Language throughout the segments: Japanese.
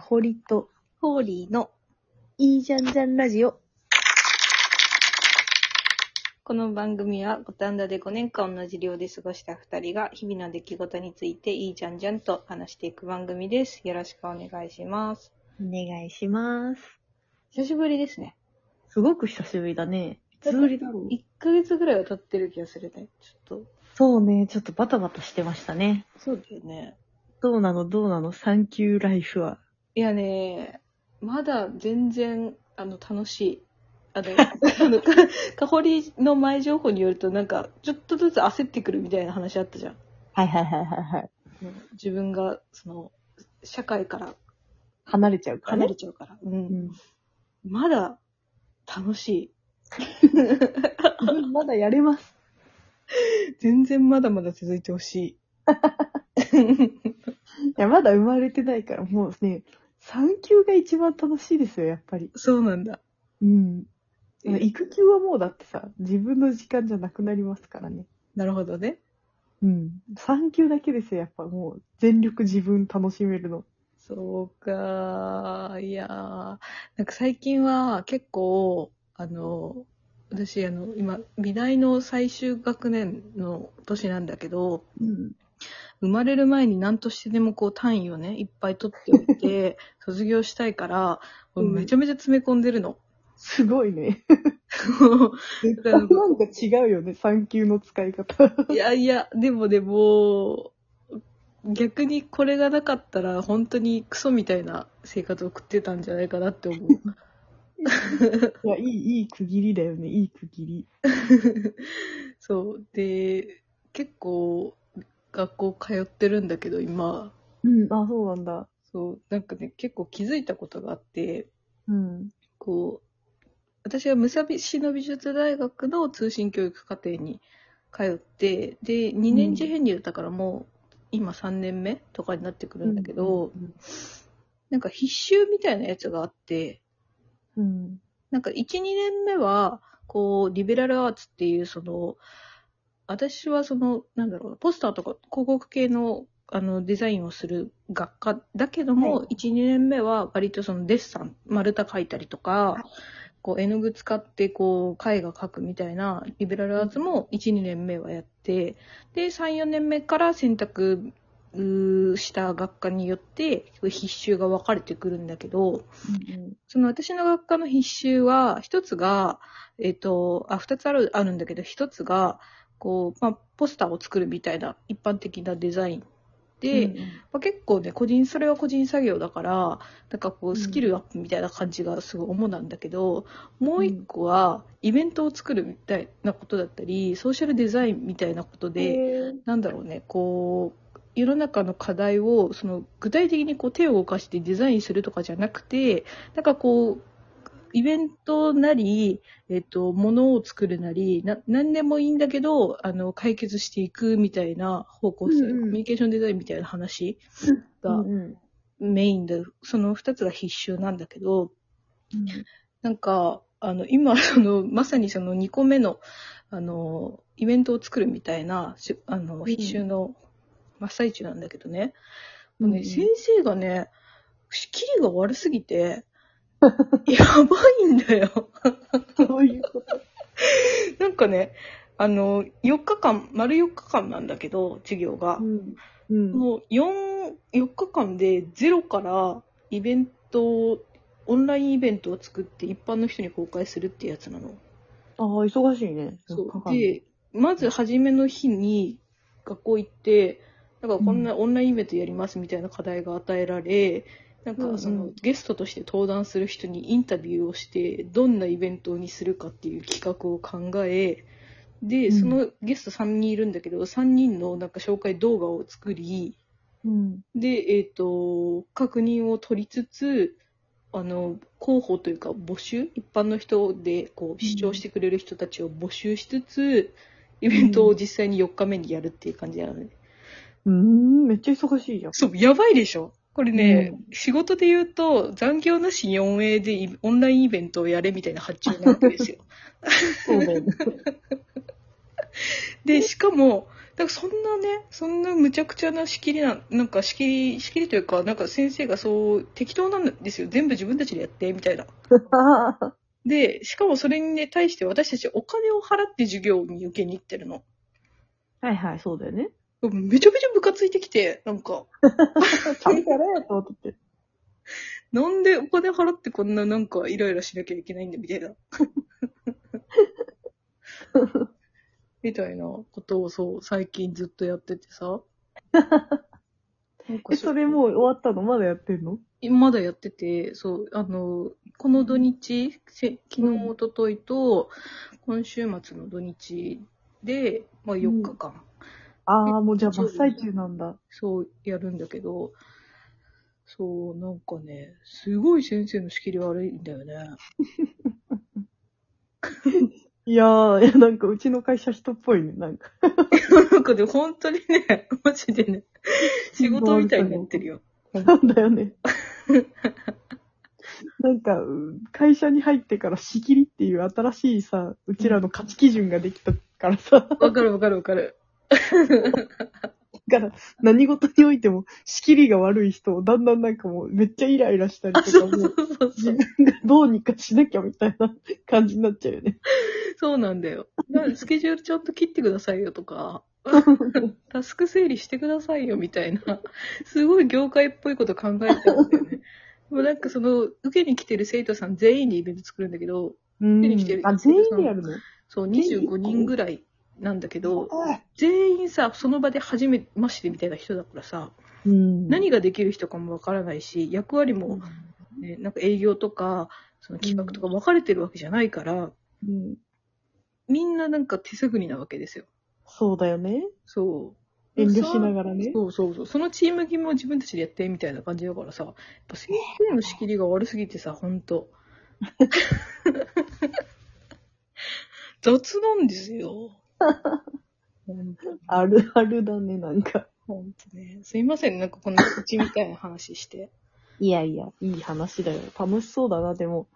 ホリと、ホーリーの、いいじゃんじゃんラジオ。この番組は、五反田で5年間同じ寮で過ごした2人が、日々の出来事について、いいじゃんじゃんと話していく番組です。よろしくお願いします。お願いします。久しぶりですね。すごく久しぶりだね。いつぶりだろう1ヶ月ぐらいは経ってる気がするね。ちょっと、そうね、ちょっとバタバタしてましたね。そうだよね。どうなのどうなのサンキューライフは。いやね、まだ全然、あの、楽しい。あ の、あのか、かほりの前情報によると、なんか、ちょっとずつ焦ってくるみたいな話あったじゃん。はいはいはいはいはい。自分が、その、社会から離れちゃうから離ねれ。ちゃうから。うん。うん、まだ、楽し まだやれます。い。全然まだまだ続いてほしいや、まだ生まれてないから、もうね、産休が一番楽しいですよ、やっぱり。い。そうなんだ。うん。育休はもうだってさ、自分の時間じゃなくなりますからね。なるほどね。うん。産休だけですよ、やっぱもう、全力自分楽しめるの。そうか、いやー、なんか最近は結構、あの、私、あの、今、美大の最終学年の年なんだけど、うん。生まれる前に何としてでもこう単位をね、いっぱい取っておい て、卒業したいから、うんめちゃめちゃ詰め込んでるの。すごいね。絶対なんか違うよね、産休の使い方。いやいや、でもでも、逆にこれがなかったら、本当にクソみたいな生活を送ってたんじゃないかなって思う。いや、いい、いい区切りだよね、いい区切り。そう。で、結構、学校通ってるんだけど、今。うん、あ、そうなんだ。そう。なんかね、結構気づいたことがあって、うん。こう、私は武蔵野美術大学の通信教育課程に通って、で、2年次編入だったからもう、今3年目とかになってくるんだけど、なんか必修みたいなやつがあって、うん。なんか1、2年目は、こう、リベラルアーツっていう、その、私はその、なんだろう、ポスターとか広告系の、あの、デザインをする学科だけども、はい1、2年目は割とそのデッサン、丸太描いたりとか、こう、絵の具使って、こう、絵画描くみたいな、リベラルアーツも1、2年目はやって、で、3、4年目から選択うーした学科によって、必修が分かれてくるんだけど、その私の学科の必修は、一つが、えっ、と、あ、二つある、あるんだけど、一つが、こう、まあ、ポスターを作るみたいな一般的なデザインで、うん、まあ、結構ね、個人、それは個人作業だから、なんかこうう、んスキルアップみたいな感じがすごい主なんだけど、もう一個は、イベントを作るみたいなことだったり、ソーシャルデザインみたいなことで、で、なんだろうね、こう、世の中の課題を、その、具体的にこう手を動かしてデザインするとかじゃなくて、なんかこう、イベントなり、えっと、ものを作るなり、な、何でもいいんだけど、あの、解決していくみたいな方向性、うんうんコミュニケーションデザインみたいな話うんがうんメインで、その二つが必修なんだけど、なんか、あの、今、 その、まさにその2個目の、あの、イベントを作るみたいな、しあの、ん必修の真っ最中なんだけどね。うんもうね、先生がね、仕切りが悪す ぎて、やばいんだよ。そういうこと。なんかね、あの、4日間、丸4日間なんだけど、授業が。ん。うん。もう4、4日間でゼロからイベントを、オンラインイベントを作って一般の人に公開するってやつなの。ああ、忙しいね。そう。で、まず初めの日に学校行って、なんかこんなオンラインイベントやりますみたいな課題が与えられ、なんかそうんうのんゲストとして登壇する人にインタビューをして、どんなイベントにするかっていう企画を考え、で、うんそのゲスト3人いるんだけど、3人のなんか紹介動画を作り、うん。で、えっ、と、確認を取りつつ、あの、候補というか募集、一般の人で、こう、視聴してくれる人たちを募集しつつ、イベントを実際に4日目にやるっていう感じなのね。うん、めっちゃ忙しい じゃん。そう、やばいでしょこれね、う仕事で言うと、残業なし 4A でイオンラインイベントをやれみたいな発 注なわけですよ。そうだよね。で、しかも、からそんなね、そんな無茶苦茶な仕切りな、なんか仕切り、仕切りというか、なんか先生がそう、適当なんですよ。全部自分たちでやって、みたいな。で、しかもそれに、ね、対して私たちお金を払って授業に受けに行ってるの。 はいはい、そうだよね。めちゃめちゃムカついてきて、なんか、ちゃんとやれよと思ってて。 なんでお金払ってこんななんかイライラしなきゃいけないんだみたいな。みたいなことをそう、最近ずっとやってて さ。なんかえ、それもう終わったのまだやってんのまだやってて、そう、あの、この土日、せ昨日、うん一昨日と、今週末の土日で、まあ4日間、ああ、もうじゃあ真っ最中なんだ。そうやるんだけど、そう、なんかね、すごい先生の仕切り悪いんだよね。 いやー、いやなんかうちの会社人っぽいね、なんか。 なんかで、本当にね、マジでね、仕事みたいになってるよ。なんだよ ね。なんか、うん会社に入ってから仕切りっていう新しいさ、うちらの価値基準ができたからさ、わかるわかるわかる。だから何事においても仕切りが悪い人をだんだんなんかもうめっちゃイライラしたりあ、とそかうもそうう、そうそう。どうにかしなきゃみたいな感じになっちゃうよね。そうなんだよ。な スケジュールちゃんと切ってくださいよとか、タスク整理してくださいよみたいな、すごい業界っぽいこと考えてるんだよね。でもなんかその、受けに来てる生徒さん全員でイベント作るんだけど、うん手に来てるあ、全員でやるのそう、25人ぐらいなんだけど、あ全員さ、その場で初めましてみたいな人だからさ、うん。何ができる人かもわからないし、役割もも、ね、なんか営業とか、その企画とか分かれてるわけじゃないから、うん、みんななんか手探りなわけですよ。そうだよね。そう。遠慮しながらね。そうそうそう。そのチーム決めを自分たちでやってみたいな感じだからさ、やっぱ先生の仕切りが悪すぎてさ、ほんと。雑なんですよ。ほんとあるあるだね、なんか。ほんとね。すいません、なんかこんなうちみたいな 話して。いやいや、いい話だよ。楽しそうだな、でも。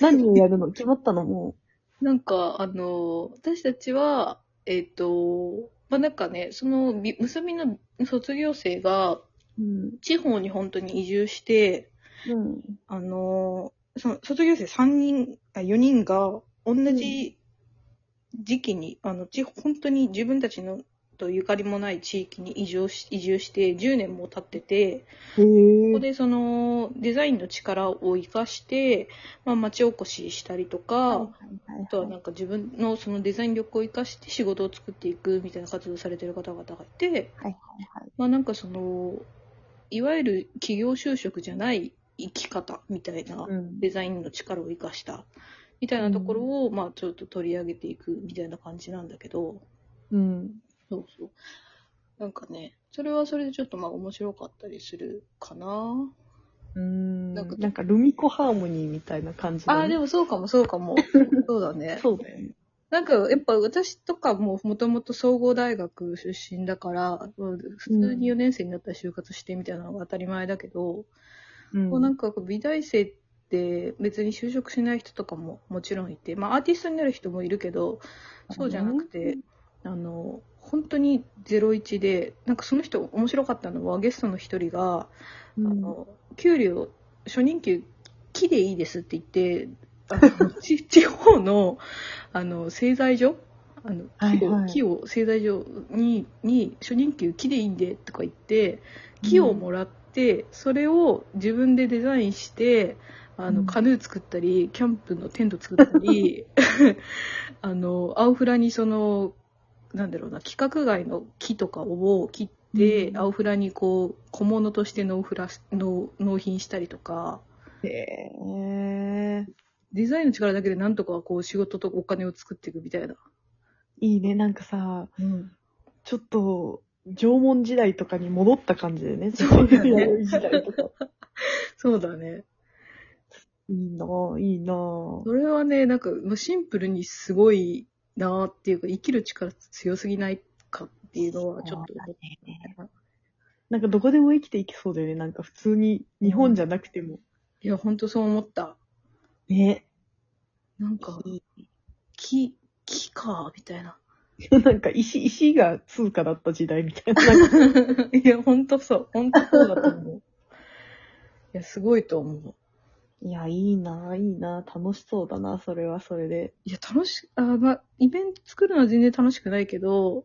何をやるの 決まったのもなんか、あの、私たちは、えっ、と、まあ、なんかね、その、び結びの卒業生が、う。うん。地方に本当に移住して、うん。あの、その、卒業生3人、あ4人が、同じ時期に、あの、地方、本当に自分たちの、とゆかりもない地域に移住し、移住して10年も経ってへて、ここえ。でそのデザインの力を生かして、まあ、町おこししたりとか、あとはなんか自分のそのデザイン力を生かして仕事を作っていくみたいな活動をされてる方々がいて、はいはいまあなんかその、いわゆる企業就職じゃない生き方みたいなうん。デザインの力を生かしたみたいなところを、まあちょっと取り上げていくみたいな感じなんだけど、うん。そうそう。なんかね、それはそれでちょっとまあ面白かったりするかな。うん。なんかなんか、ルミコハーモニーみたいな感じあだあ、でね。もそうかもそうか も。そうだね。そうだよね。なんかやっぱ私とかももともと総合大学出身だから、普通に4年生になったら就活してみたいなのが当たり前だけど、うんこうなんかこう美大生って別に就職しない人とかももちろんいて、まあアーティストになる人もいるけど、そうじゃなくて、あの、本当に01で、なんかその人面白かったのはゲストの一人が、うんあの給料初任給木でいいですって言ってあの ち地方のあの製材所あのはい木を,、はい木を製材所にに初任給木でいいんでとか言って木をもらって、それを自分でデザインしてあのうんカヌー作ったりキャンプのテント作った りあの青フラにそのなんだろうな規格外の木とかを切って、うん青フラにこう小物として納フラ納納品したりとかへえ。デザインの力だけでなんとかこう仕事とお金を作っていくみたいな、いいね、なんかさ、ちょっと、縄文時代とかに戻った感じでね。そうだね弥 生時代とか。そうだねいいなぁ、いいなぁ。それはねなんかまあシンプルにすごいなーっていうか生きる力強すぎないかっていうのはちょっと思ったなんかどこでも生きていけそうだよね。なんか普通に日本じゃなくても。いや本当そう思ったね。なんか木木かみたいな なんか石、石が通貨だった時代みた いな。なんかいや、ほんとそう。ほんとそうだと思う。いや、すごいと思う。いや、いいな、いいな、楽しそうだな、それはそれで。いや、楽し、あ、まあ、イベント作るのは全然楽しくない けど、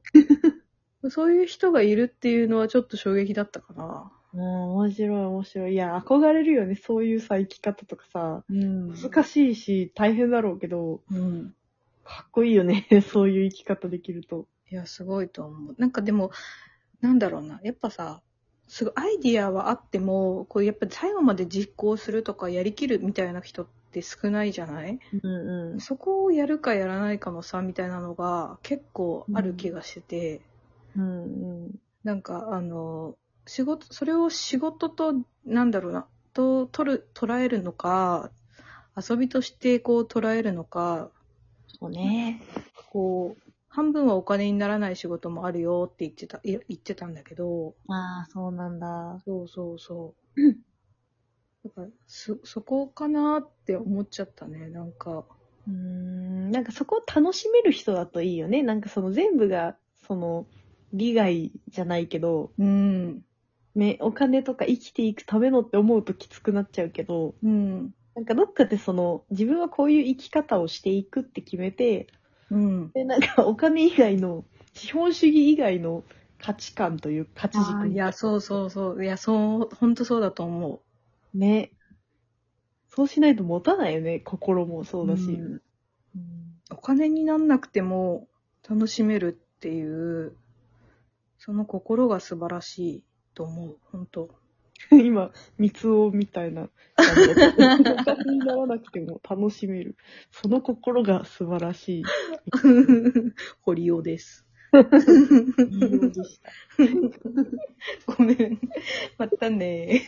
そういう人がいるっていうのはちょっと衝撃だったかな。もう面白い面白い。いや、憧れるよね、そういうさ、生き方とかさ。うん難しいし、大変だろうけど、うん。かっこいいよね、 そういう生き方できると。いや、すごいと思う。なんかでも、なんだろうな。やっぱさ、すごいアイディアはあっても、こうやっぱり最後まで実行するとかやりきるみたいな人って少ないじゃないうんうそこをやるかやらないかの差みたいなのが結構ある気がしてて、ん。うんうん。なんかあの仕事それを仕事となんだろうなと取る捉えるのか遊びとしてこう捉えるのかそうね。こう半分はお金にならない仕事もあるよって言ってたいや言ってたんだけどああ、そうなんだ。そうそうそう、うんだからそそこかなって思っちゃったねなんかうーん。なんかそこを楽しめる人だといいよね。なんかその全部が、その、利害じゃないけど、うんね、お金とか生きていくためのって思うときつくなっちゃうけど、うんなんかどっかでその、自分はこういう生き方をしていくって決めて、うんで、なんかお金以外の、資本主義以外の価値観という価値軸みたいなやそうそうそういやそう本当そうだと思うね。そうしないと持たないよね。心もそうだし。うんお金になんなくても楽しめるっていう、その心が素晴らしいと思う、本 当うん 今、三つおみたいな。あのお金にならなくても楽しめる。その心が素晴らしい。堀尾です。いいようでした。ごめん。またね